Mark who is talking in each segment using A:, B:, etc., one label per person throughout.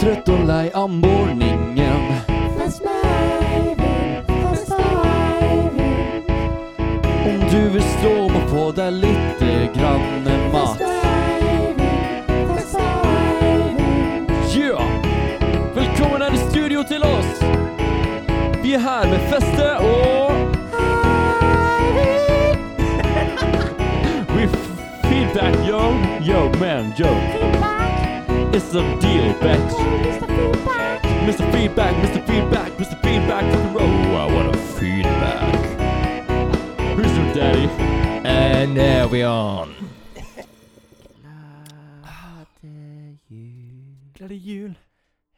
A: trøtt og lei av morgenen. Om du vil stå, må få deg lite grann mat. Yeah! Velkommen her i studio til oss. Vi er her med Feste og We f- feedback, yo. Yo, man, yo. It's a deal, bitch. Mr. Feedback, Mr. Feedback, Mr. Feedback rock and roll. I want a feedback. Who's your daddy? And now we on.
B: Ah, Glade jul,
A: Glade jul,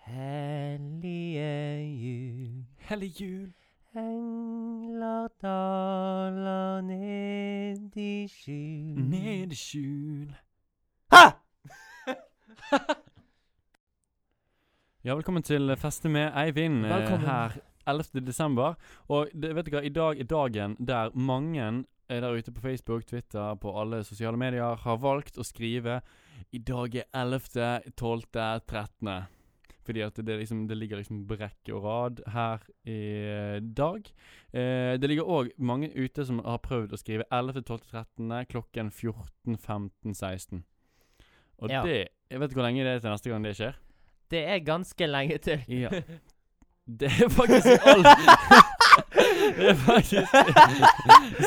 B: hellige jul.
A: hellig jul.
B: Engler daler ned i skjul.
A: Ned i skjul.
B: Ha!
A: Ja, velkommen til Feste med Eivind eh,
B: Velkommen.
A: her 11. desember. Og det, vet du hva, i dag er dagen der mange eh, der ute på Facebook, Twitter, på alle sosiale medier har valgt å skrive I dag er 11., 12., 13. Fordi at det, er liksom, det ligger liksom brekk og rad her i dag. Eh, det ligger òg mange ute som har prøvd å skrive 11., 12., 13. klokken 14, 15, 16. Og
B: Ja.
A: det Jeg vet ikke hvor lenge det er til neste gang det skjer.
B: Det er ganske lenge til.
A: Ja. Det er faktisk alt Det er faktisk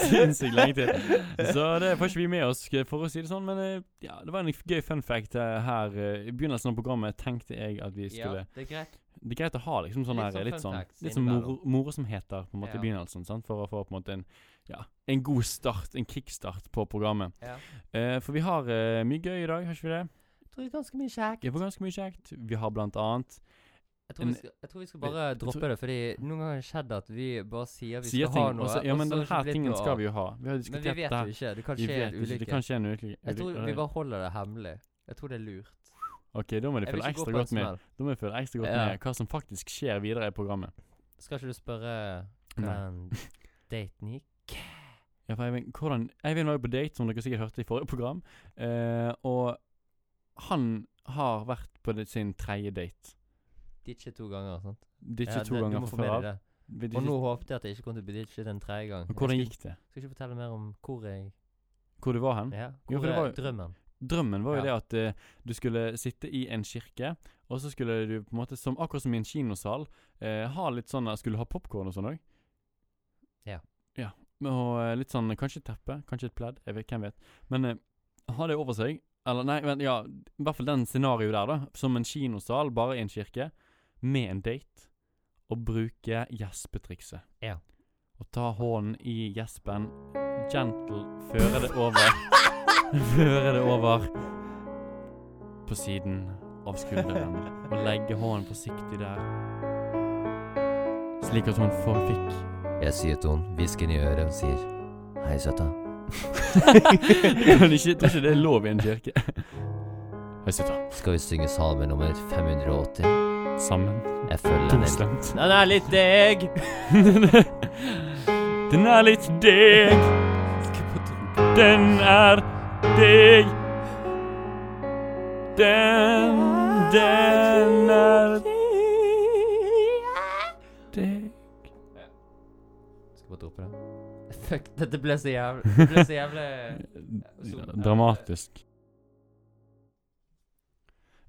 A: sinnssykt lenge til. Så det får ikke vi med oss, for å si det sånn. Men eh, ja, det var en gøy fun fact eh, her. eh, I begynnelsen av programmet tenkte jeg at vi
B: Ja,
A: skulle
B: det er greit.
A: Det er greit å ha liksom sånn
B: Litt
A: her,
B: sånn
A: litt
B: fun
A: sånn,
B: facts
A: litt sånn moro-
B: innimellom.
A: morosomheter på en måte i
B: Ja.
A: begynnelsen, sant? for å få på en måte en, ja, en god start, en kickstart på programmet.
B: Ja.
A: Eh, for vi har eh, mye gøy i dag, har ikke vi det?
B: Jeg tror det er ganske mye kjekk.
A: Vi får ganske mye kjekt. Vi har blant annet
B: Jeg tror,
A: En-
B: vi skal, jeg tror vi skal bare
A: jeg tror-
B: droppe det, fordi noen ganger har det skjedd at vi bare sier vi
A: sier
B: skal
A: ting,
B: ha noe.
A: og så, ja,
B: og
A: men
B: så har det
A: denne
B: ikke blitt
A: tingen
B: noe
A: skal
B: av.
A: vi jo ha. Vi har
B: Men
A: diskutert
B: vi vet jo
A: det her.
B: ikke. Det kan
A: Vi
B: skje en
A: vet ikke,
B: ulykke.
A: Det kan skje en ulykke.
B: Jeg tror vi
A: ulykke. eh,
B: bare holder det hemmelig. Jeg tror det er lurt.
A: Ok, da må de
B: Jeg vil ikke
A: følge
B: gå
A: ekstra
B: på en
A: godt med
B: smell.
A: Da må de følge ekstra godt
B: Ja.
A: med hva som faktisk skjer videre i programmet.
B: Skal ikke du spørre
A: Nei.
B: hvordan daten gikk?
A: Ja, for Eivind, hvordan, Eivind var jo på date, som dere sikkert hørte i forrige program, eh, og han har vært på det, sin tredje date.
B: Ditche to ganger, sant?
A: Det er
B: Ja,
A: ikke to
B: det- du må
A: ganger
B: få
A: fra
B: med
A: før
B: deg
A: av.
B: det.
A: Vi- det
B: Og
A: er
B: nå
A: ikke-
B: håpet jeg at jeg ikke kom til å bli ditchet en tredje gang.
A: Og
B: Jeg
A: Hvordan
B: skal-
A: gikk det?
B: Skal ikke fortelle mer om hvor jeg
A: Hvor du var hen?
B: Ja,
A: Jo,
B: hvor
A: for det
B: er
A: var jo-
B: drømmen.
A: Drømmen var
B: Ja.
A: jo det at eh, du skulle sitte i en kirke, og så skulle du på en måte, som, akkurat som i en kinosal, eh, ha litt sånn Skulle ha popkorn og sånn òg.
B: Ja.
A: ja. men Og eh, litt sånn kanskje et teppe, kanskje et pledd, jeg vet, hvem vet. Men eh, ha det over seg. Eller nei, vent, ja, i hvert fall den scenarioet der, da. Som en kinosal, bare i en kirke, med en date, og bruke gjespetrikset.
B: Ja.
A: Og ta hånden i gjespen, gentle, føre det over føre det over på siden av skulderen og legge hånden forsiktig der, slik at hun får fikk.
B: Jeg sier til henne, hvisker inn i øret og sier Hei, søta.
A: kan ikke, tror ikke det er lov i en kirke. Jeg sitter
B: Skal vi synge salme nummer 580?
A: sammen.
B: Jeg følger
A: To stemt.
B: Den er litt deg!
A: Den er litt deg, den er deg. Den, den er deg.
B: Skal bare droppe det. Fuck, dette ble så jævlig Det ble så jævlig
A: Ja, Dramatisk.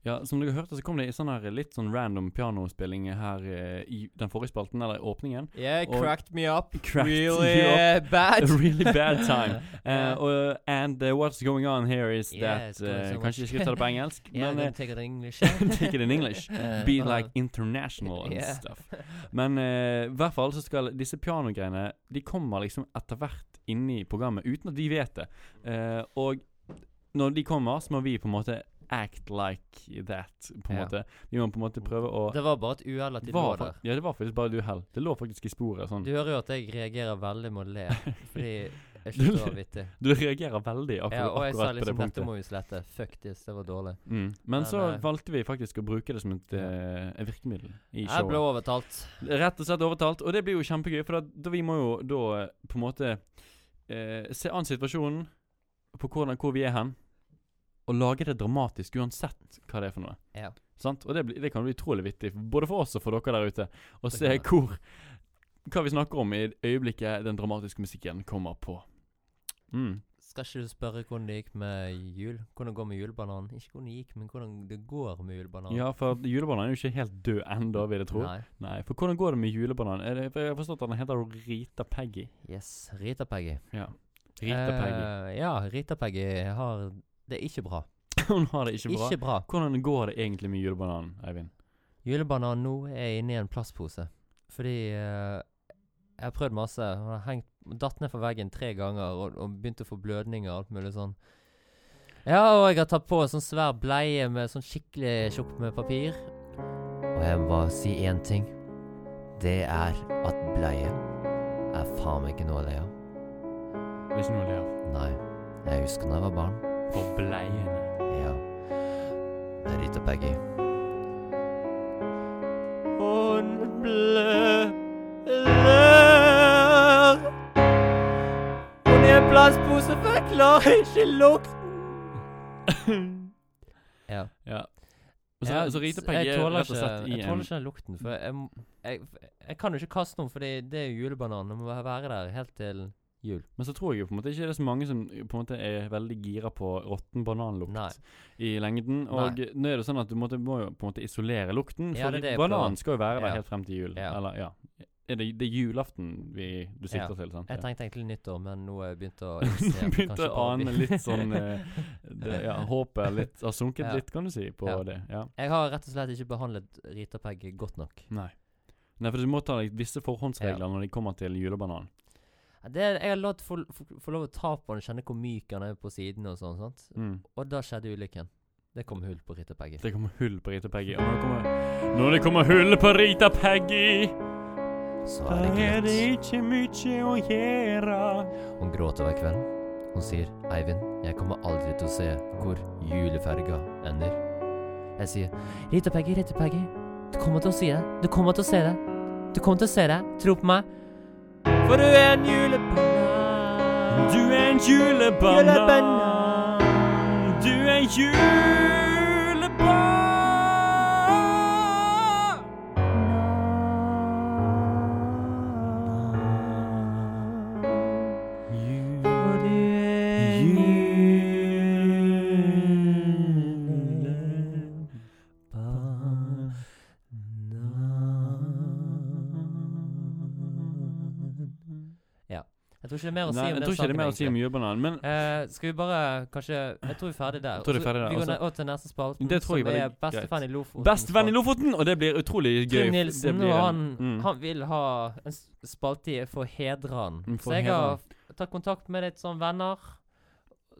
A: Ja, som dere hørte, så kom det i sånn her litt sånn random pianospilling her eh, i den forrige spalten, eller i åpningen.
B: Yeah,
A: Og-
B: cracked me up.
A: Cracked
B: really
A: you up.
B: uh, bad.
A: A really bad time. Eh,
B: Yeah.
A: og- and eh, what's going on here is
B: Yeah, it's
A: that
B: going
A: eh,
B: so
A: Kanskje jeg skal ta det på engelsk,
B: yeah, I'm
A: men eh,
B: gonna take it in English.
A: Take it in English.
B: Eh,
A: be
B: uh,
A: like international and
B: yeah.
A: stuff. Men eh, i hvert fall så skal disse pianogreiene De kommer liksom etter hvert inni programmet uten at vi vet det. Eh, og når de kommer, så må vi på en måte act like that, på en
B: Ja.
A: måte. Vi må på en måte prøve å
B: Det var bare et uhell at de lå
A: Var
B: der.
A: fa- Ja, det var faktisk bare et uhell. Det lå faktisk i sporet. sånn
B: Du hører jo at jeg reagerer veldig med å le, fordi jeg
A: Du
B: slutter å
A: le-
B: vittig.
A: Du reagerer veldig akkurat,
B: Ja, og jeg sa
A: akkurat på det
B: liksom dette
A: punktet.
B: må vi slette. Fuck this, det var dårlig.
A: Mm. Men så
B: Men, eh,
A: valgte vi faktisk å bruke det som et eh, virkemiddel i
B: Jeg
A: showet.
B: ble overtalt.
A: Rett og slett overtalt, og det blir jo kjempegøy, for da, da vi må jo da eh, på en måte eh, se an situasjonen på hvordan, hvor vi er hen, og lage det dramatisk uansett hva det er for noe.
B: Ja.
A: Sant? Og det, blir- det kan bli utrolig vittig, både for oss og for dere der ute, å
B: Det
A: se
B: kan det.
A: hvor Hva vi snakker om i øyeblikket den dramatiske musikken kommer på. Mm.
B: Skal ikke du spørre hvordan det gikk med jul? Hvordan det går med julebanan? Ikke hvordan det gikk, men hvordan det går med julebanan.
A: Ja, for julebanen er jo ikke helt død ennå, vil jeg tro. Nei.
B: Nei.
A: For hvordan går det med julebanen? Er det, for jeg har forstått at den heter Rita Peggy.
B: Yes. Rita Peggy.
A: Ja. Rita Peggy.
B: Eh, ja, Rita Peggy har Det er ikke bra.
A: Hun har det ikke bra.
B: Ikke bra.
A: Hvordan går det egentlig med julebanen, Eivind?
B: Julebanan nå er inni en plastpose. Fordi eh, jeg har prøvd masse. Hun har hengt, datt ned fra veggen tre ganger og, og begynt å få blødninger og alt mulig sånn. Ja, og jeg har tatt på en sånn svær bleie med sånn skikkelig tjukk med papir. Og jeg må bare si én ting. Det er at bleie er faen meg ikke noe å le av.
A: Det er ikke noe å le av.
B: Nei. Jeg husker da jeg var barn.
A: For bleiene.
B: Ja. Rita Peggy. Hun blør. Hun er en plastpose, for jeg klarer ikke lukten. Ja.
A: Ja. Så, så Rita Peggy
B: jeg
A: er
B: tåler
A: rett og
B: ikke,
A: slett i
B: jeg tåler
A: en
B: ikke den lukten, for jeg, m- jeg, jeg kan jo ikke kaste noen, for det, det er jo julebanan. Den må være der helt til jul.
A: Men så tror jeg jo på en måte ikke det er så mange som på en måte er veldig gira på råtten bananlukt
B: Nei.
A: i lengden. Og nå er det sånn at du måtte, må jo på en måte isolere lukten,
B: Ja,
A: for
B: det er det jeg
A: bananen
B: prøver.
A: skal jo være der
B: Ja.
A: helt frem til jul.
B: Ja.
A: Eller ja. Er det, det er julaften vi, du
B: Ja.
A: sikter til, sant?
B: Jeg
A: Ja.
B: tenkte egentlig nyttår, men nå har jeg begynt å innse at det
A: Begynte
B: kanskje
A: å
B: bare
A: ane
B: blir-
A: litt sånn eh, det, ja, Håpet litt, har sunket
B: Ja.
A: litt, kan du si, på
B: Ja.
A: det. Ja.
B: Jeg har rett og slett ikke behandlet Rita Peggy godt nok.
A: Nei. Nei, for du må ta deg visse forhåndsregler når de kommer til julebanan.
B: Det, er- jeg har latt få få lov å ta på den, kjenne hvor myk han er på siden og sånn. sant?
A: Mm.
B: Og da skjedde ulykken. Det kom hull på Rita Peggy.
A: Det kommer hull på Rita Peggy. Og når det kommer, når det kommer hull på Rita Peggy
B: Så
A: Da er det ikke mye å gjøre.
B: Hun gråter hver kveld. Hun sier 'Eivind, jeg kommer aldri til å se hvor juleferga ender'. Jeg sier 'Rita Peggy, Rita Peggy, du kommer til å si det. Du kommer til å se det. Du kommer til å se det. Tro på meg. For du er en julebanan.
A: Du er en julebanan. Du er julebanan. Julebanan.
B: Jeg tror ikke det er mer å si
A: Nei,
B: om
A: jeg
B: den
A: tror ikke det er
B: saken,
A: mer å si om
B: egentlig.
A: julebanan, men
B: Eh, skal vi bare kanskje Jeg tror vi er ferdig der.
A: Jeg tror det er
B: Så
A: ferdig der,
B: Vi går
A: altså.
B: ned, og til neste spalten,
A: Det tror jeg
B: som
A: veldig
B: er Bestevenn i Lofoten.
A: Bestevenn i Lofoten, og det blir utrolig gøy.
B: Trym Nilsen,
A: det blir
B: og
A: en-
B: han,
A: mm.
B: han vil ha en s- spalte i For hedran.
A: Mm, for
B: Så jeg har f- tatt kontakt med litt sånn venner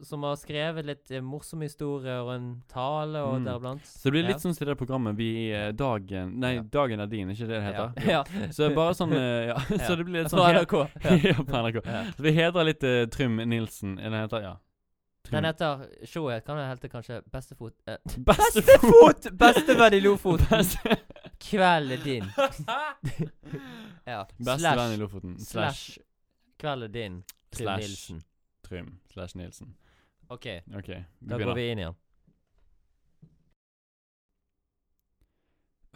B: som har skrevet litt eh, morsomme historier og en tale og
A: Mm.
B: deriblant.
A: Så det blir litt sånn som det der programmet vi eh, Dagen Nei,
B: Ja.
A: Dagen er din, ikke det det heter?
B: Ja.
A: Så det er bare sånn eh, Ja, så
B: Ja.
A: det blir litt
B: På
A: sånn
B: NRK.
A: Ja, på NRK.
B: Ja.
A: Så vi hedrer litt eh, Trym Nilsen. Er det heter Ja.
B: Den heter Showet kan jeg hete kanskje Bestefot eh,
A: Bestefot!
B: Bestevenn i Lofoten.
A: Beste-
B: Kvelden din. ja.
A: Bestevenn i Lofoten.
B: Slash
A: Slash
B: Kvelden din. Trym
A: Slash.
B: Nilsen.
A: Trym. Slash Nilsen.
B: OK,
A: OK, vi
B: da går
A: begynner.
B: vi inn igjen.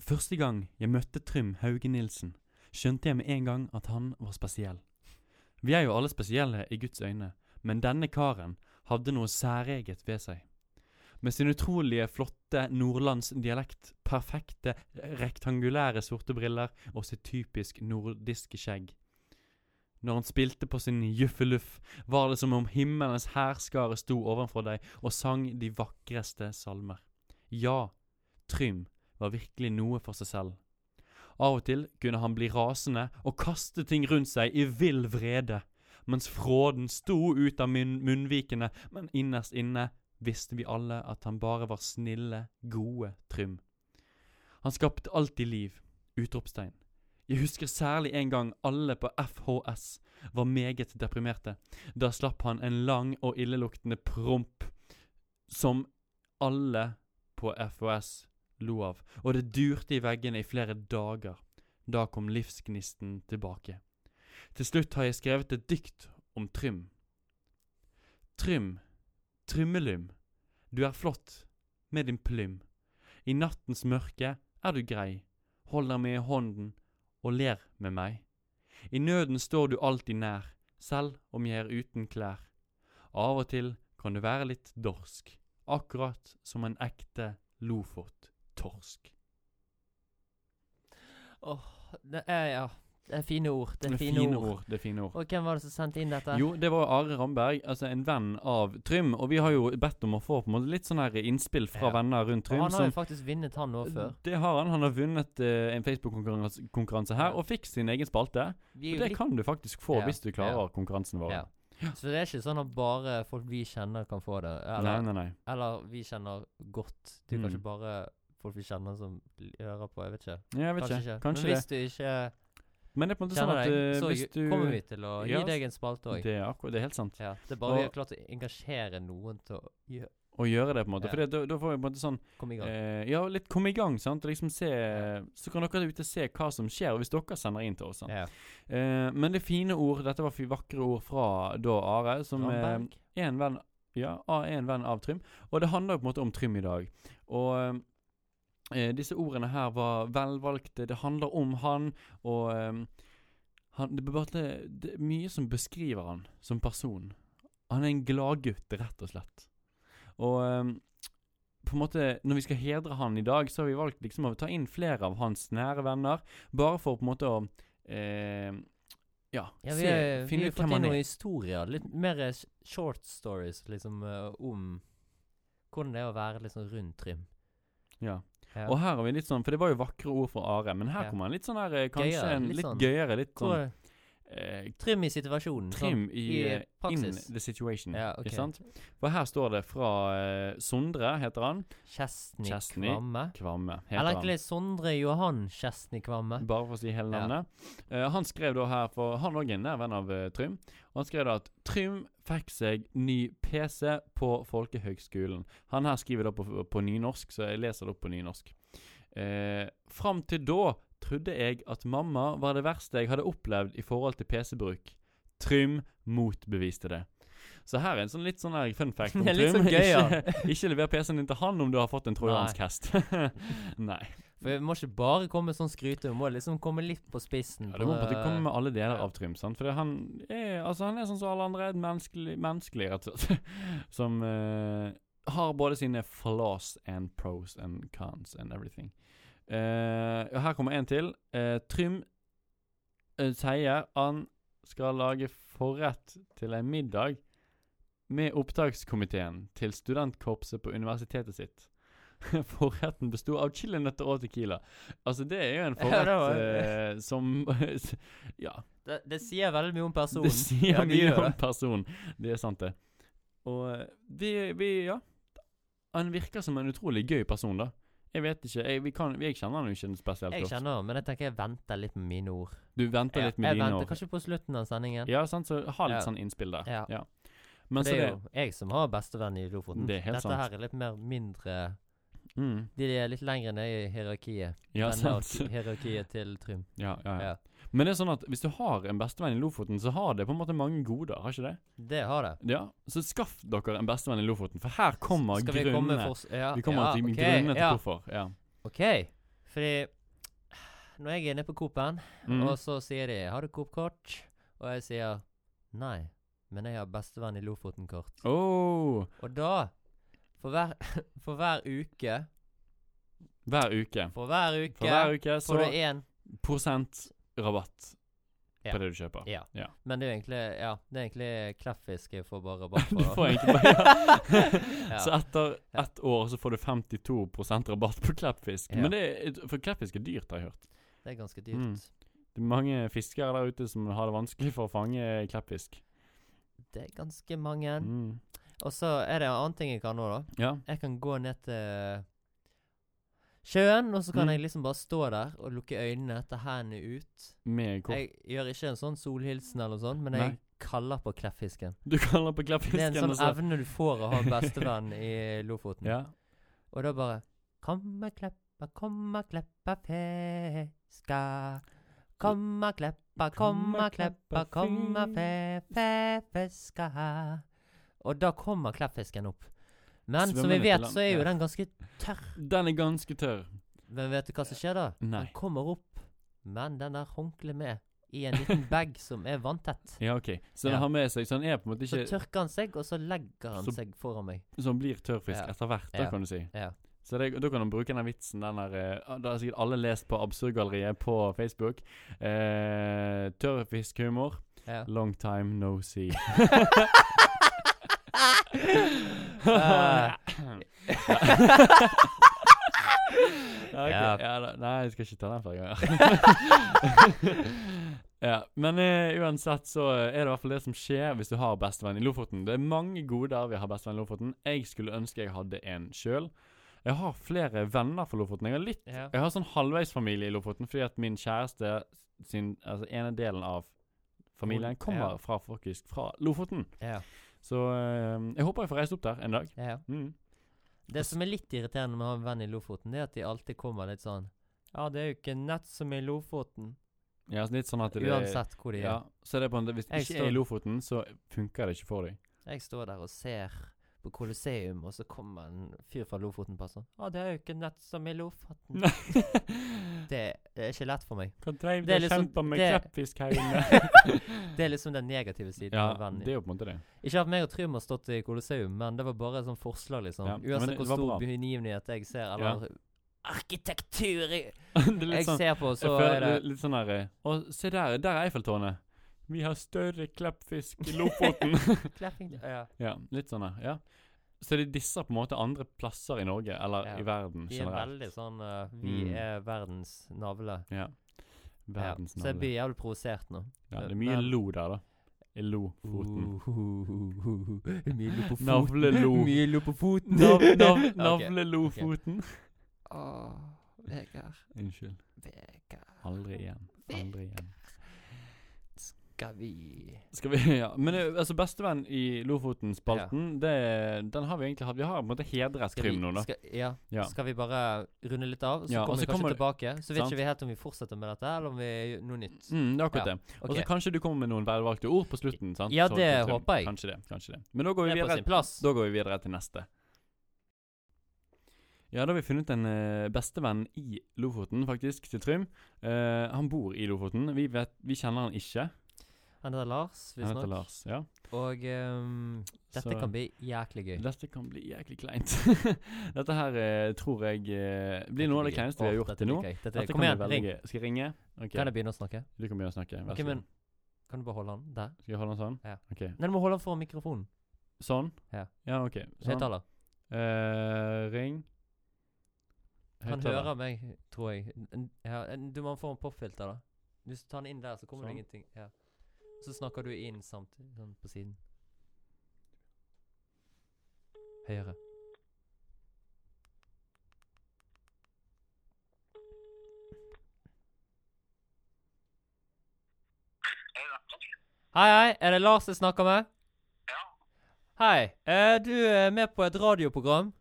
A: Første gang jeg møtte Trym Hauge Nilsen, skjønte jeg med en gang at han var spesiell. Vi er jo alle spesielle i Guds øyne, men denne karen hadde noe særeget ved seg. Med sin utrolige flotte nordlandsdialekt, perfekte rektangulære sorte briller og sitt typisk nordiske skjegg. Når han spilte på sin juffeluff, var det som om himmelens hærskare sto ovenfor deg og sang de vakreste salmer. Ja, Trym var virkelig noe for seg selv. Av og til kunne han bli rasende og kaste ting rundt seg i vill vrede, mens fråden sto ut av munn munnvikene, men innerst inne visste vi alle at han bare var snille, gode Trym. Han skapte alltid liv. Utropstegn. Jeg husker særlig en gang alle på FHS var meget deprimerte. Da slapp han en lang og illeluktende promp som alle på FHS lo av, og det durte i veggene i flere dager. Da kom livsgnisten tilbake. Til slutt har jeg skrevet et dikt om Trym. Trym, Trymmelym, du er flott med din plym. I nattens mørke er du grei, holder meg i hånden og ler med meg. I nøden står du alltid nær, selv om jeg er uten klær. Av og til kan du være litt dorsk, akkurat som en ekte Lofot-torsk.
B: Åh, det er ja. Det er fine ord. Det er fine, ord.
A: Det er fine ord.
B: Og hvem var det som sendte inn dette?
A: Jo, det var Are Ramberg, altså en venn av Trym. Og vi har jo bedt om å få på en måte litt sånn her innspill fra
B: Ja.
A: venner rundt
B: Og
A: Trym.
B: han har jo faktisk vunnet han nå før.
A: det har han. Han har vunnet eh, en Facebook-konkurranse konkurranse her,
B: Ja.
A: og fikk sin egen spalte.
B: Vi
A: Og
B: er jo
A: det
B: litt,
A: kan du faktisk få
B: Ja,
A: hvis du klarer konkurransen vår.
B: Ja. så det er ikke sånn at bare folk vi kjenner kan få det.
A: nei,
B: Eller,
A: nei, nei.
B: eller vi kjenner godt. Du kan
A: Mm.
B: ikke bare folk vi kjenner som l- hører på. Jeg vet ikke.
A: Ja, Jeg vet
B: Kanskje ikke.
A: ikke.
B: Men
A: Kanskje det.
B: hvis du ikke
A: Men det er på en måte sånn
B: kjenner
A: at
B: deg,
A: eh,
B: så
A: hvis du
B: kommer vi til å gi
A: Ja,
B: deg en spalte òg.
A: Det er akkurat, det er helt sant.
B: Ja, det er bare vi
A: Og-
B: har klart å engasjere noen til å gjø-
A: Å gjøre det, på en måte.
B: Ja.
A: For da, da får vi på en måte sånn
B: komme i gang.
A: Eh, ja, litt kom i gang, sant. Og liksom se Så kan dere ute se hva som skjer, og hvis dere sender inn til oss. Sant?
B: Ja.
A: Eh, men det er fine ord. Dette var fi- vakre ord fra da Are, som eh,
B: Ramberg.
A: er en venn Ja, av- er en venn av Trym. Og det handler jo på en måte om Trym i dag. Og eh, disse ordene her var velvalgte. Det handler om han, og eh, han, det, er bare, det er mye som beskriver han som person. Han er en gladgutt, rett og slett. Og eh, på en måte, når vi skal hedre han i dag, så har vi valgt liksom å ta inn flere av hans nære venner, bare for på en måte å eh, ja,
B: Ja, vi,
A: se,
B: har- vi
A: finne
B: har
A: ut
B: fått
A: hvem
B: inn
A: han
B: noen
A: er.
B: historier. Litt mer eh, sh- short stories liksom eh, om hvordan det er å være liksom rundt Trym.
A: Ja.
B: Ja.
A: Og her har vi litt sånn, for det var jo vakre ord fra Are, men her
B: Ja.
A: kommer han litt sånn her eh, Kanskje
B: Gøyere,
A: en
B: litt
A: litt,
B: sånn-
A: gøyere, litt
B: Hvor
A: sånn
B: er
A: eh,
B: Trym i situasjonen. sånn
A: Trim i,
B: i
A: eh, in
B: praksis.
A: the situation.
B: Ja, ok.
A: Ikke sant? For her står det fra eh, Sondre, heter han.
B: Sånn. Kjestny
A: Kjestny
B: Kvamme.
A: Kvamme heter
B: Eller
A: han.
B: egentlig Sondre Johan Kjestny Kvamme.
A: Bare for å si hele
B: Ja.
A: navnet. Eh, han skrev da her, for han òg er en nær venn av eh, Trym, og han skrev da at Trym fikk seg ny PC på Folkehøgskolen. Han her skriver da på, på nynorsk, så jeg leser det opp på nynorsk. Eh, Fram til da trodde jeg at mamma var det verste jeg hadde opplevd i forhold til PC-bruk. Trym motbeviste det. Så her er en sånn litt sånn her fun fact om
B: Det er litt
A: Trym.
B: sånn gøy, ja.
A: ikke, ikke lever PC-en din til han om du har fått en trojansk hest. Nei.
B: For vi må ikke bare komme med sånn skryte, vi må liksom komme litt på eh, spissen.
A: Ja, det må på en måte komme med alle deler
B: ja.
A: av Trym. sant? For det- han, er, altså, han er sånn som alle andre, et menneskelig, menneskelig rett og slett. Som eh, har både sine flaws and pros and cons and everything. Eh, og her kommer en til. Eh, Trym eh, sier han skal lage forrett til en middag med opptakskomiteen til studentkorpset på universitetet sitt. Forretten besto av chilinøtter og tequila. Altså, det er jo en
B: Ja, det
A: forrett
B: var-
A: eh, som Ja.
B: det, det sier veldig mye om personen.
A: Det sier
B: Ja, det
A: mye
B: gjør
A: om
B: det.
A: personen. Det er sant, det. Og eh, vi, vi Ja. Han virker som en utrolig gøy person, da. Jeg vet ikke, jeg, vi kan, jeg kjenner han jo ikke spesielt
B: Jeg
A: godt.
B: kjenner han, men jeg tenker jeg venter litt med mine ord.
A: Du venter
B: Ja,
A: litt med
B: jeg
A: dine
B: venter
A: år.
B: kanskje på slutten av sendingen.
A: Ja, sant, så ha litt
B: Ja.
A: sånn innspill der.
B: Ja.
A: Men
B: det
A: så
B: er
A: det
B: jo jeg som har bestevenn i Lofoten.
A: Det er helt
B: Dette
A: sant.
B: her er litt mer mindre
A: mm,
B: De er litt lenger ned i hierarkiet.
A: Ja,
B: Venner
A: sant.
B: i hierarkiet til Trym.
A: Ja, ja,
B: Ja.
A: ja. Men det er sånn at hvis du har en bestevenn i Lofoten, så har det på en måte mange goder, har ikke det?
B: Det har det.
A: Ja, Så skaff dere en bestevenn i Lofoten, for her kommer
B: Skal vi
A: grunnene.
B: komme for ja,
A: vi kommer
B: ja,
A: til
B: ok,
A: grunnene til
B: ja.
A: hvorfor. Ja.
B: OK. Fordi når jeg er inne på Coop-en,
A: Mm.
B: og så sier de 'Har du Coop-kort?' Og jeg sier 'Nei, men jeg har bestevenn i Lofoten-kort'.
A: Åh,
B: Og da for hver, for hver uke
A: hver uke.
B: For hver uke,
A: For hver uke så
B: får du én
A: prosent rabatt
B: Ja.
A: på det du kjøper.
B: Ja.
A: Ah, Ja.
B: Men det er jo egentlig Ja, det er egentlig klafffisk jeg får bare rabatt på.
A: Du får egentlig bare
B: Ja.
A: Så etter
B: Ja.
A: ett år så får du 52 rabatt på kleppfisk.
B: Ja.
A: Men det er, for kleppfisk er dyrt, har jeg hørt.
B: Det er ganske dyrt.
A: Mm. Det er mange fiskere der ute som har det vanskelig for å fange kleppfisk.
B: Det er ganske mange.
A: Mm.
B: Og så er det en annen ting jeg kan nå, da.
A: Ja.
B: Jeg kan gå ned til sjøen, og så kan
A: Mm.
B: jeg liksom bare stå der og lukke øynene, ta hendene ut.
A: Med kort.
B: Jeg gjør ikke en sånn solhilsen eller noe sånt, men jeg
A: Nei.
B: kaller på kleffisken.
A: Du kaller på
B: Det er en
A: kleppfisken,
B: sånn
A: og så
B: evne du får å ha en bestevenn i Lofoten.
A: ja.
B: Og da bare Komme kleppa, komme kleppa feska. Komme kleppa, komme kleppa, komme fe, fe, feska. Og da kommer kleppfisken opp. Men som
A: Svømmer
B: vi
A: litt i
B: vet,
A: land,
B: så er jo
A: ja.
B: den ganske tørr.
A: Den er ganske tørr.
B: Men vet du hva som skjer da?
A: Nei.
B: Den kommer opp, men den er håndkle med i en liten bag som er vanntett.
A: Ja, ok. Så den
B: Ja.
A: har med seg Så den er på en måte
B: Så
A: ikke
B: tørker han seg, og så legger han
A: Så-
B: seg foran meg.
A: Så den blir tørrfisk
B: Ja.
A: etter hvert, da,
B: Ja.
A: kan du si.
B: Ja.
A: Så det, da kan han bruke den vitsen. Den der, eh, da har sikkert alle lest på Absurdgalleriet på Facebook. Eh, Tørrfiskhumor.
B: ja.
A: Long time no see.
B: Eh,
A: Ja, ok.
B: Ja.
A: ja, da, nei, jeg skal ikke ta den flere ganger. ja, men eh, uansett så er det i hvert fall det som skjer hvis du har bestevenn i Lofoten. Det er mange goder vi har bestevenn i Lofoten. Jeg skulle ønske jeg hadde en sjøl. Jeg har flere venner fra Lofoten. Jeg har litt
B: ja.
A: jeg har sånn halvveisfamilie i Lofoten fordi at min kjæreste sin altså ene delen av familien
B: Hun-
A: kommer
B: ja.
A: fra faktisk fra Lofoten.
B: ja.
A: Så eh, jeg håper jeg får reist opp der en dag.
B: ja.
A: Mm.
B: Det som er litt irriterende med å ha en venn i Lofoten, det er at de alltid kommer litt sånn Ja, det er jo ikke nett som i Lofoten.
A: Ja, så litt sånn at det,
B: Uansett hvor de
A: Ja,
B: er.
A: så er det på en, Hvis du
B: Jeg
A: ikke er
B: står-
A: i Lofoten, så funker det ikke for deg.
B: Jeg står der og ser på Colosseum, og så kommer en fyr fra Lofoten på sånn Ja, det er jo ikke nett som i Lofoten. Det, det er ikke lett for meg.
A: Kan dreiv
B: Det er og liksom- kjempa med det-
A: kleppfisk her
B: det er liksom den negative siden
A: ja,
B: av vennen.
A: det er jo på en måte det.
B: Ikke at meg og Trym har stått i Colosseum, men det var bare et sånt forslag, liksom.
A: Ja, men
B: Uansett
A: det-
B: hvor
A: det var
B: stor
A: bra.
B: begivenhet jeg ser,
A: Ja.
B: eller arkitektur i-
A: det er
B: jeg
A: litt sånn,
B: ser på,
A: jeg
B: så er
A: føler
B: det
A: litt- litt sånn der eh, Å, se der, der er Eiffeltårnet. Vi har større kleppfisk i Lofoten.
B: Klapping ja.
A: Ja, litt sånn, ja. ja. Så de disser på en måte andre plasser i Norge, eller
B: Ja.
A: i verden
B: De er
A: generelt.
B: veldig sånn eh, Vi
A: Mm.
B: er verdens navle.
A: Ja.
B: Ja.
A: Verdens
B: Så jeg
A: navle.
B: blir jævlig provosert nå.
A: Ja, det er mye
B: Men-
A: lo der, da. I Lofoten.
B: Uh. Mye lo på foten.
A: Navlelo.
B: Mye lo på foten.
A: Nav, nav,
B: Ok.
A: Navlelofoten.
B: Åh, Vegard.
A: Unnskyld.
B: Vegard.
A: Aldri igjen. Aldri igjen.
B: Skal vi
A: Skal vi, ja. Men eh, altså bestevenn i Lofoten-spalten, det- den har vi egentlig hatt. Vi har på en måte hedret
B: skal vi,
A: Trym nå, da.
B: Skal, ja.
A: Ja.
B: Skal vi bare runde litt av, så
A: Ja, og
B: kommer
A: så
B: vi kanskje
A: kommer-
B: tilbake? Så vet
A: sant.
B: ikke vi helt om vi fortsetter med dette, eller om vi gjør noe nytt.
A: Mm, det er akkurat
B: Ja,
A: det. Og så
B: Ok.
A: kanskje du kommer med noen velvalgte ord på slutten. sant?
B: Ja,
A: Så-
B: det
A: så-
B: håper jeg.
A: Kanskje det. kanskje det. Men da går
B: Det
A: vi
B: er på
A: videre,
B: sin plass.
A: da går vi videre til neste. Ja, da har vi funnet en eh, bestevenn i Lofoten, faktisk, til Trym. Eh, han bor i Lofoten. Vi, vet, vi kjenner han ikke.
B: Han heter Lars,
A: Han heter
B: visstnok.
A: Lars. ja.
B: Og ehm, dette
A: Så-
B: kan bli jæklig gøy.
A: Dette kan bli jæklig kleint. Dette her eh, tror jeg eh, blir noe av det kleineste vi har gjort til nå.
B: Dette,
A: Dette
B: kom
A: kan
B: igjen,
A: bli veldig
B: ring.
A: gøy. Skal jeg ringe? Ok,
B: Kan jeg begynne å snakke?
A: Du kan begynne å snakke. Vær
B: Ok,
A: så
B: men
A: god.
B: Kan du bare holde den der?
A: Skal jeg holde den sånn?
B: Ja.
A: Ok.
B: Nei, du må holde den foran mikrofonen.
A: Sånn?
B: Ja.
A: ok. Sånn.
B: Høyttaler.
A: Eh, ring.
B: Han
A: Høyttaler.
B: hører meg, tror jeg. N- Ja, n- du må få en popfilter, da. Hvis du tar den inn der, så kommer
A: Sånn.
B: det ingenting. Ja. Så snakker du inn samtidig, sånn på siden. Høyere. Hei, hei. Er det Lars jeg snakker med?
C: Ja.
B: Hei. eh, du er med på et radioprogram.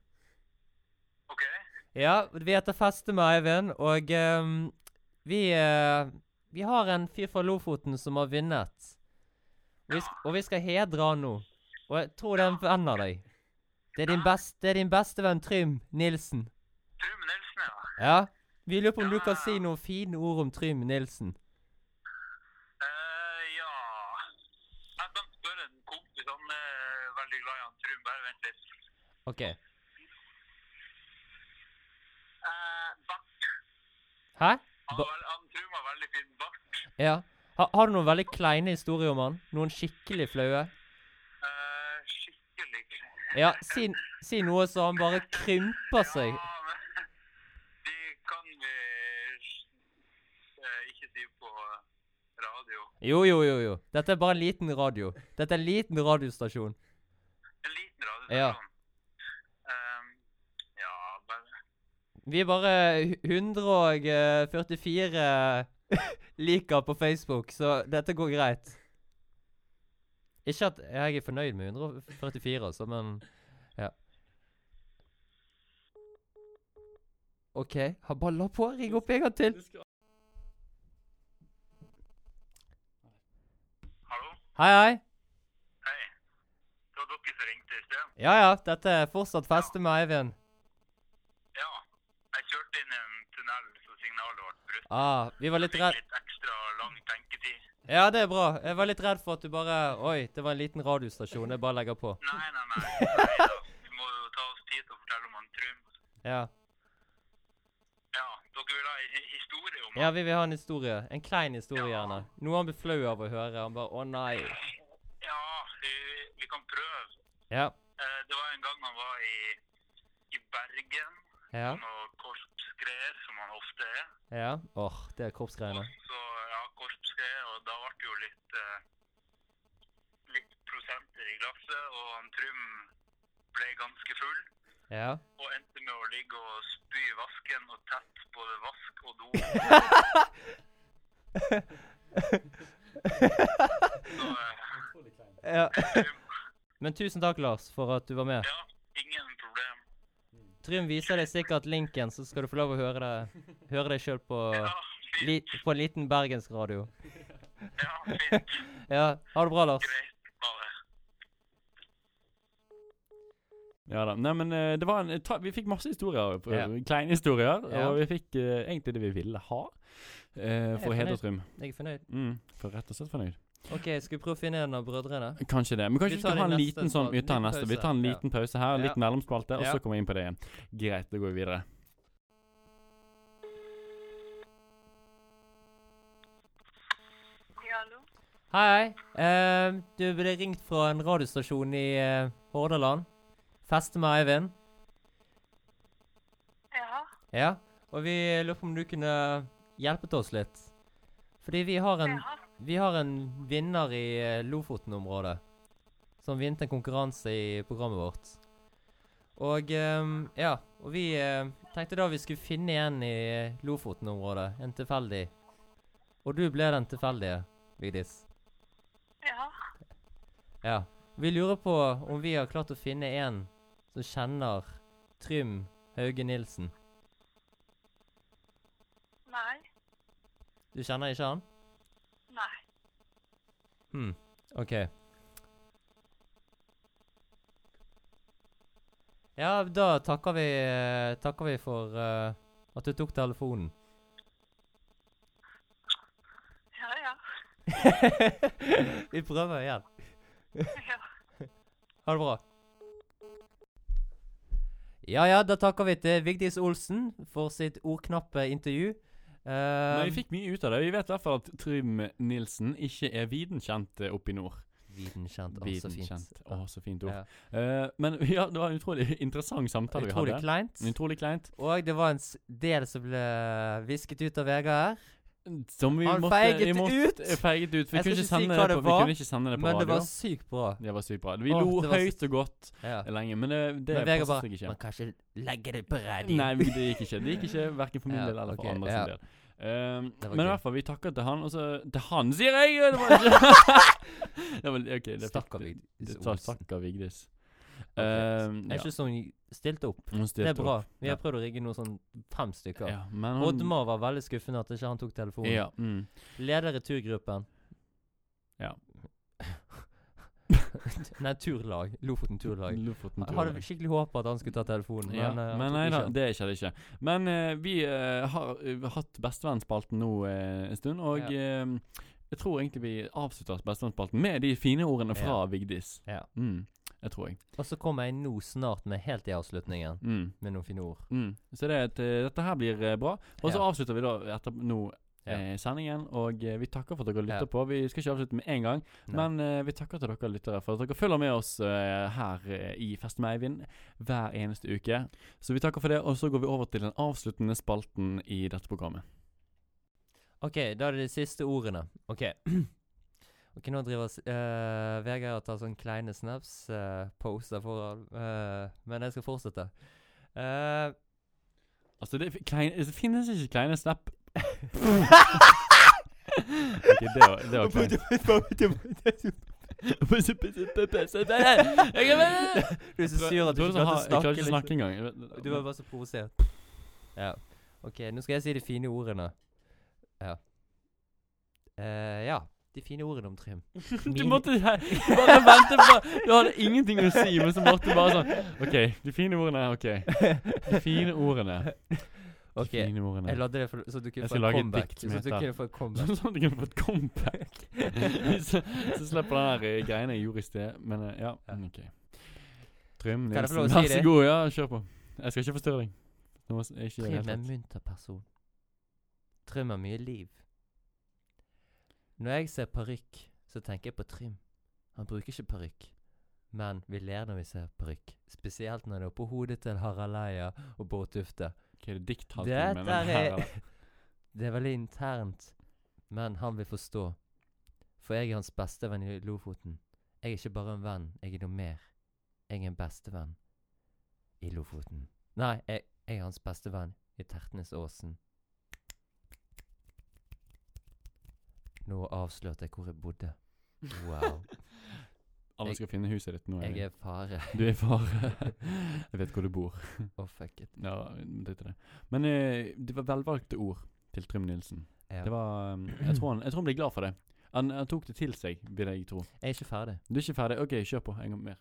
C: Ok,
B: Ja, vi heter Feste med Eivind, og ehm, vi, eh, vi har en fyr fra Lofoten som har vunnet. Og vi, sk og vi skal hedre han nå. Og jeg tror det er en venn av deg. Det er din, best det er din bestevenn Trym Nilsen.
C: Trym Nilsen, ja.
B: Ja? Vi lurer på om du kan si noen fine ord om Trym Nilsen.
C: Eh, ja. Jeg kan spørre en kompis, han er veldig glad i han Trym, bare vent litt.
B: OK.
C: Eh, bart.
B: Hæ?
C: Han,
B: Ba-
C: har vel- han Trym har veldig fin bart.
B: Ja. Ha, har du noen veldig kleine historier om han? Noen skikkelig flaue?
C: Eh, skikkelig.
B: Ja, si, si noe så han bare krymper seg.
C: Ja, men de kan vi eh, ikke si på radio.
B: Jo, jo, jo, jo. Dette er bare en liten radio. Dette er en liten radiostasjon.
C: En liten radio.
B: Ja.
C: ja, bare...
B: Vi er bare hu- 144 liker på Facebook, så dette går greit. Ikke at jeg er fornøyd med 144, altså, men ja. OK, han bare la på. Ring opp en gang til.
C: Hallo?
B: Hei, hei.
C: Hei. Det var dere som ringte i sted.
B: Ja ja, dette er fortsatt feste med Eivind.
C: Ja. Jeg kjørte inn i en tunnel, så signalet ble brutt.
B: Ah, vi var litt
C: Fikk
B: redd
C: litt ekstra lang tenketid.
B: Ja, det er bra. Jeg var litt redd for at du bare Oi, det var en liten radiostasjon. Jeg bare legger på.
C: Nei, nei, nei. nei da. Vi må jo ta oss tid til å fortelle om han Trym.
B: Ja.
C: Ja, dere vil ha en hi- historie om
B: ja,
C: han?
B: vi vil ha en historie. En klein historie, gjerne. Noe han blir flau av å høre. Han bare Å, nei.
C: Ja, vi, vi kan prøve.
B: Ja.
C: Eh, det var en gang han var i, i Bergen.
B: Ja.
C: Noe korpsgreier, som han ofte er.
B: Ja. Åh, det er korpsgreiene.
C: Så ja, korpsgreier, og da ble det jo litt, eh, litt prosenter i glasset, og han Trym ble ganske full,
B: Ja.
C: og endte med å ligge og spy i vasken og tett både vask og do. Så eh,
B: ja. Men tusen takk, Lars, for at du var med.
C: ja, ingen problem.
B: Trym viser deg sikkert linken, så skal du få lov å høre det, høre deg sjøl på,
C: Ja,
B: li,
C: fint.
B: på en liten bergensradio.
C: Ja, fint.
B: Ja, ha det bra, Lars.
C: Greit. Ha det.
A: Ja da. Nei, men eh, det var en, ta, vi fikk masse historier. på-
B: Ja.
A: Kleine historier.
B: Ja.
A: Og vi fikk eh, egentlig det vi ville ha. eh, for
B: Jeg er
A: Heder
B: fornøyd.
A: og Trym.
B: Jeg er fornøyd.
A: Mm, for rett og slett fornøyd.
B: OK, skal vi prøve å finne en av brødrene?
A: Kanskje det. Men kanskje
B: Vi
A: vi
B: tar
A: skal ha
B: det
A: en
B: neste
A: liten sånn
B: spalt-
A: Vi tar
B: liten
A: en neste. Vi tar en
B: pause. Ja.
A: liten pause her, en
B: Ja.
A: liten mellomspalte, og
B: Ja.
A: så kommer vi inn på det igjen. Greit, da går vi videre.
D: Hallo?
B: Hei. Eh, du ble ringt fra en radiostasjon i eh, Hordaland. Feste med Eivind.
D: Ja.
B: Ja. Og vi lurer på om du kunne hjulpet oss litt. Fordi vi har en,
D: ja.
B: vi har en vinner i eh, Lofoten-området. Som vant en konkurranse i programmet vårt. Og eh, ja. Og vi eh, tenkte da vi skulle finne en i Lofoten-området. En tilfeldig. Og du ble den tilfeldige, Vigdis.
D: Ja.
B: Ja. Vi lurer på om vi har klart å finne en som kjenner Trym Hauge Nilsen.
D: Nei.
B: Du kjenner ikke han?
D: Nei.
B: Hm. OK. Ja, da takker vi, eh, takker vi for eh, at du tok telefonen.
D: Ja, ja.
B: vi prøver igjen.
D: ja.
B: Ha det bra. Ja ja, da takker vi til Vigdis Olsen for sitt ordknappe intervju.
A: Men
B: Uh,
A: vi fikk mye ut av det. Vi vet i hvert fall at Trym Nilsen ikke er viden kjent eh, oppe i nord.
B: Viden kjent, å, så
A: Viden
B: altså fint.
A: kjent. Å, så fint ord.
B: Ja.
A: Eh, men ja, det var en utrolig interessant samtale vi
B: Utrolig
A: hadde.
B: kleint.
A: Utrolig kleint.
B: Og det var en s- del som ble visket ut av Vegard her.
A: Som vi
B: Han
A: måtte,
B: feiget
A: vi måtte,
B: ut!
A: eh, Feiget ut. Vi
B: Jeg skal
A: kunne
B: ikke
A: ikke
B: si
A: sende
B: hva
A: det
B: det
A: på, vi
B: var,
A: kunne ikke sende det på
B: Men det
A: radio.
B: var sykt bra.
A: Det var sykt bra. Vi
B: Åh,
A: lo
B: det var så-
A: høyt og godt
B: Ja.
A: lenge, men det, det
B: Men Vegard
A: passet
B: bare
A: seg ikke.
B: Man kan ikke legge det på radio.
A: Nei, vi- det gikk ikke. Det gikk ikke Verken for min
B: Ja,
A: del eller for
B: ok,
A: andre
B: ja.
A: sin del. Ehm,
B: Det var
A: men i
B: gøy.
A: hvert fall, vi takker til han, og så Til han, sier jeg! Det var ikke Det var, ok, det fikk
B: Stakkar
A: du.
B: Vigdis
A: Det- ta-
B: Olsen.
A: Stakkar Vigdis.
B: Ok,
A: Ehm,
B: Jeg
A: ja,
B: synes hun stilte opp.
A: hun
B: Det
A: stilte
B: er bra.
A: opp.
B: Vi
A: Ja.
B: har prøvd å rigge noe sånn fem stykker.
A: Ja, men hun
B: Oddmar var veldig skuffende at ikke han tok telefonen.
A: Ja. Mm.
B: Leder i turgruppen.
A: Ja.
B: Nei, turlag. Lofoten turlag.
A: Lofoten
B: Jeg
A: tur.
B: hadde skikkelig håpet at han skulle ta telefonen,
A: ja,
B: men, eh, han
A: men
B: tok
A: nei
B: ikke
A: da,
B: den.
A: det skjedde ikke. Men eh, vi eh, har eh, hatt Bestevennspalten nå eh, en stund, og eh, jeg tror egentlig vi avslutter Bestevennspalten med de fine ordene fra Vigdis.
B: Ja.
A: Mm, jeg tror jeg.
B: Og så kommer jeg nå snart med helt i avslutningen
A: Mm,
B: med noen fine ord.
A: mm. Så det, er et, eh, dette her blir eh, bra. Og så
B: Ja.
A: avslutter vi da etter nå
B: Ja.
A: eh, sendingen, og eh, vi takker for at dere lytter
B: Ja.
A: på. Vi skal ikke avslutte med en gang,
B: Nei.
A: men eh, vi takker til dere lyttere for at dere følger med oss eh, her eh, i Fest med Eivind hver eneste uke. Så vi takker for det, og så går vi over til den avsluttende spalten i dette programmet.
B: OK, da er det de siste ordene. OK. Ok, Nå driver s- eh, Vegard og tar sånne kleine snaps, eh, poser foran, eh, men jeg skal fortsette. Eh,
A: Altså, det, er klein, det finnes ikke kleine snap... ok, det var, det var kleint.
B: du er så sur at du ikke klarte å
A: Jeg klarer
B: snakke.
A: ikke å
B: liksom.
A: snakke engang.
B: Du var bare så provosert. Ja. OK, nå skal jeg si de fine ordene. Ja. Eh, ja. de fine ordene om Trym.
A: Du
B: Min-
A: måtte he- bare vente på Du hadde ingenting å si, men så måtte du bare sånn OK, de fine ordene. OK. De fine ordene. De
B: Ok,
A: fine
B: jeg
A: ordene.
B: lagde det for, så du kunne
A: Jeg
B: få en
A: skal lage et
B: comeback.
A: dikt
B: Så
A: som
B: du
A: heter-
B: kunne få et comeback.
A: Sånn at du kunne fått comeback. så, så slipper den her eh, greiene jeg gjorde i sted. Men eh, ja,
B: Ja.
A: mm, OK. Trym
B: Kan jeg få lov
A: Nilsen,
B: å si
A: vær så
B: det?
A: god. Ja, kjør på. Jeg skal ikke forstyrre deg. Nå må s- jeg ikke i det
B: Trym er
A: hele
B: en
A: tatt.
B: munter person. Trym har mye liv. Når jeg ser parykk, så tenker jeg på Trym. Han bruker ikke parykk. Men vi ler når vi ser parykk. Spesielt når det er oppå hodet til Harald Eia og Bård Tufte.
A: Ok, det er dikthalten
B: Dette
A: med den her,
B: er
A: eller?
B: Det er veldig internt, men han vil forstå. For jeg er hans bestevenn i Lofoten. Jeg er ikke bare en venn, jeg er noe mer. Jeg er en bestevenn i Lofoten. Nei, jeg, jeg er hans bestevenn i Tertnesåsen. Nå avslørte jeg hvor jeg bodde. Wow.
A: Alle
B: Jeg-
A: skal finne huset ditt nå. Eivind.
B: Jeg er fare.
A: Du er far. jeg vet hvor du bor.
B: Oh, fuck it.
A: Ja, det er det. Men eh, det var velvalgte ord til Trym Nilsen.
B: Ja.
A: Det var, um, jeg, tror han, jeg tror han ble glad for det. Han, han tok det til seg, vil jeg tro.
B: Jeg er ikke ferdig.
A: Du er ikke ferdig? OK, kjør på. En gang mer.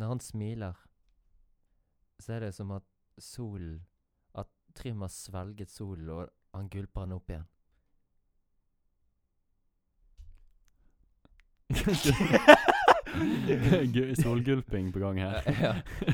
B: Når han smiler, så er det som at solen At Trym har svelget solen, og han gulper han opp igjen.
A: Gøy, Solgulping på gang her.
B: Ja, ja.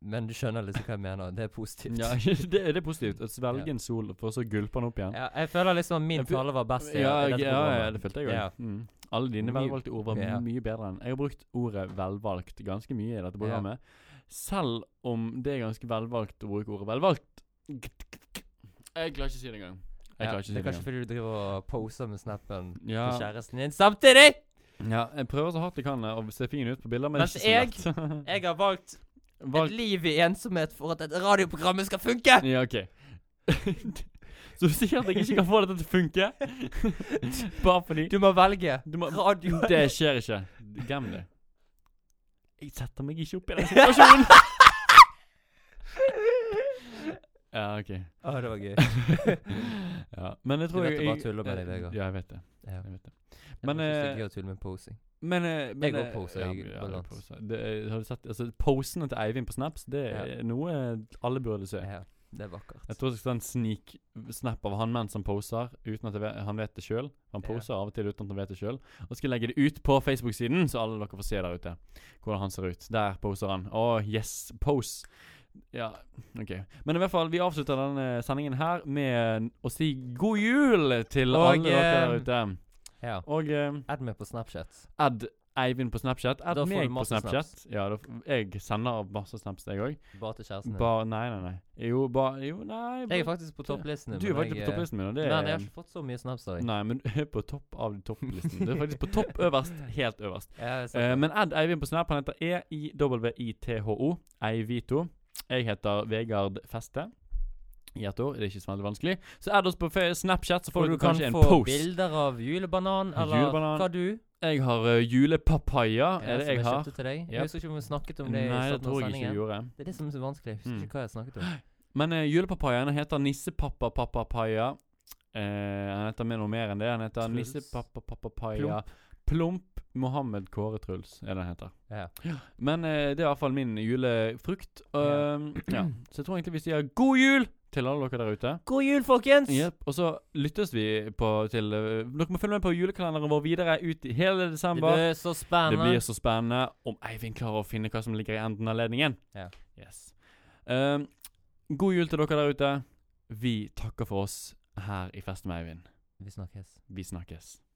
B: Men du skjønner liksom hva jeg mener. Det er positivt.
A: Ja, det, det er positivt. Å svelge en sol, for så gulpe den opp igjen.
B: Ja, jeg føler liksom at min
A: Jeg føl-
B: tale var best. i-
A: Ja,
B: i
A: ja,
B: dette
A: ja,
B: programmet.
A: det følte jeg òg.
B: Ja.
A: Mm. Alle dine
B: Mye-
A: velvalgte ord var
B: ja.
A: mye bedre enn Jeg har brukt ordet 'velvalgt' ganske mye i dette programmet. Selv om det er ganske velvalgt å bruke ordet 'velvalgt' Jeg klarer ikke å si det engang. Jeg
B: Ja,
A: klarer ikke å si
B: det er
A: det
B: kanskje
A: engang.
B: fordi du driver og poser med snappen
A: Ja,
B: til kjæresten din samtidig!
A: ja, jeg prøver så hardt jeg kan eh, å se fin ut på bilder, men det
B: Mens
A: er ikke så lett.
B: Jeg har valgt et
A: Valgt-
B: liv i ensomhet for at dette radioprogrammet skal funke!
A: Ja, OK. så du sier at jeg ikke kan få dette til å funke? Bare fordi
B: Du må velge.
A: du må,
B: Radio
A: Det skjer ikke. Glem det. Jeg setter meg ikke opp i den situasjonen. ja, OK.
B: Å, det var gøy.
A: ja. Men jeg
B: Du
A: tror
B: vet
A: jeg
B: du bare
A: jeg-
B: tuller med deg, Vegard.
A: Ja, jeg vet det.
B: Ja.
A: Jeg vet det.
B: Men Det
A: Men,
B: er
A: eh,
B: ikke så gøy å tulle med posing.
A: Men, eh, men
B: går
A: eh,
B: poser,
A: ja,
B: jeg
A: ja,
B: går
A: jeg
B: langs.
A: poser. det, eh, har du sett altså, Posene til Eivind på Snaps, det er noe alle burde se.
B: Ja, det er vakkert.
A: Jeg tror det skal være en snik-snap av han mens han poser, uten at jeg vet, han vet det sjøl. Han
B: Ja.
A: poser av og til uten at han vet det sjøl. Og skal jeg legge det ut på Facebook-siden, så alle dere får se der ute hvordan han ser ut. Der poser han. Å, yes, pose. Ja, OK. Men i hvert fall, vi avslutter denne sendingen her med å si god jul til
B: Og,
A: alle dere der
B: eh,
A: ute.
B: Ja.
A: Og eh,
B: Add meg på Snapchat.
A: add Eivind på Snapchat. Add
B: Da får
A: meg
B: du
A: på
B: masse
A: Snapchat. Ja, da, f- jeg sender masse snaps, jeg òg.
B: Bare til kjæresten din.
A: Ba... Nei, nei, nei. Jo, ba... Jo, nei.
B: Jeg er
A: ba-
B: faktisk på topplisten din.
A: du er faktisk på topplisten min, og det
B: Men
A: er Mm.
B: jeg har ikke fått så mye snaps av deg.
A: Nei, men du er på topp av topplisten. Du er faktisk på topp øverst. Helt øverst.
B: Sånn, Ja, jeg
A: Eh,
B: ser det.
A: men add Eivind på Snap. Han heter E E-I-W-I-T-H-O. Eivito. Jeg heter Vegard Feste. Gjett ord. Det er ikke så veldig vanskelig. Så add oss på fe- Snapchat, så
B: Og
A: får
B: du
A: dere
B: kan
A: kanskje en
B: få
A: post.
B: bilder av julebanan, eller
A: Julebanan.
B: hva du
A: Jeg har eh, julepapaya.
B: Ja,
A: Er det
B: som
A: jeg har?
B: kjøpte til deg.
A: Yep.
B: Jeg husker ikke om vi snakket om det i
A: Nei, det
B: starten av
A: tror jeg ikke
B: sendingen.
A: du gjorde.
B: Det er det som er så vanskelig. Jeg husker
A: Mm.
B: ikke hva jeg snakket om.
A: Men uh, julepapayaen heter nissepappa-papapaya. Eh, han heter mer noe mer enn det. Han heter
B: Truls.
A: nissepappa-papapaya. Plump. Mohammed Kåre Truls er det han heter.
B: Ja.
A: Men eh, det er i hvert fall min julefrukt.
B: Ja.
A: Um, ja. Så jeg tror egentlig vi sier god jul til alle dere der ute.
B: God jul, folkens!
A: Jep, Og så lyttes vi på til eh, Dere må følge med på julekalenderen vår videre ut i hele
B: Det
A: desember.
B: blir så
A: Det
B: spennende.
A: blir så spennende om Eivind klarer å finne hva som ligger i enden av ledningen.
B: Ja.
A: Yes. Um, god jul til dere der ute. Vi takker for oss her i Fest med Eivind.
B: Vi snakkes.
A: Vi snakkes.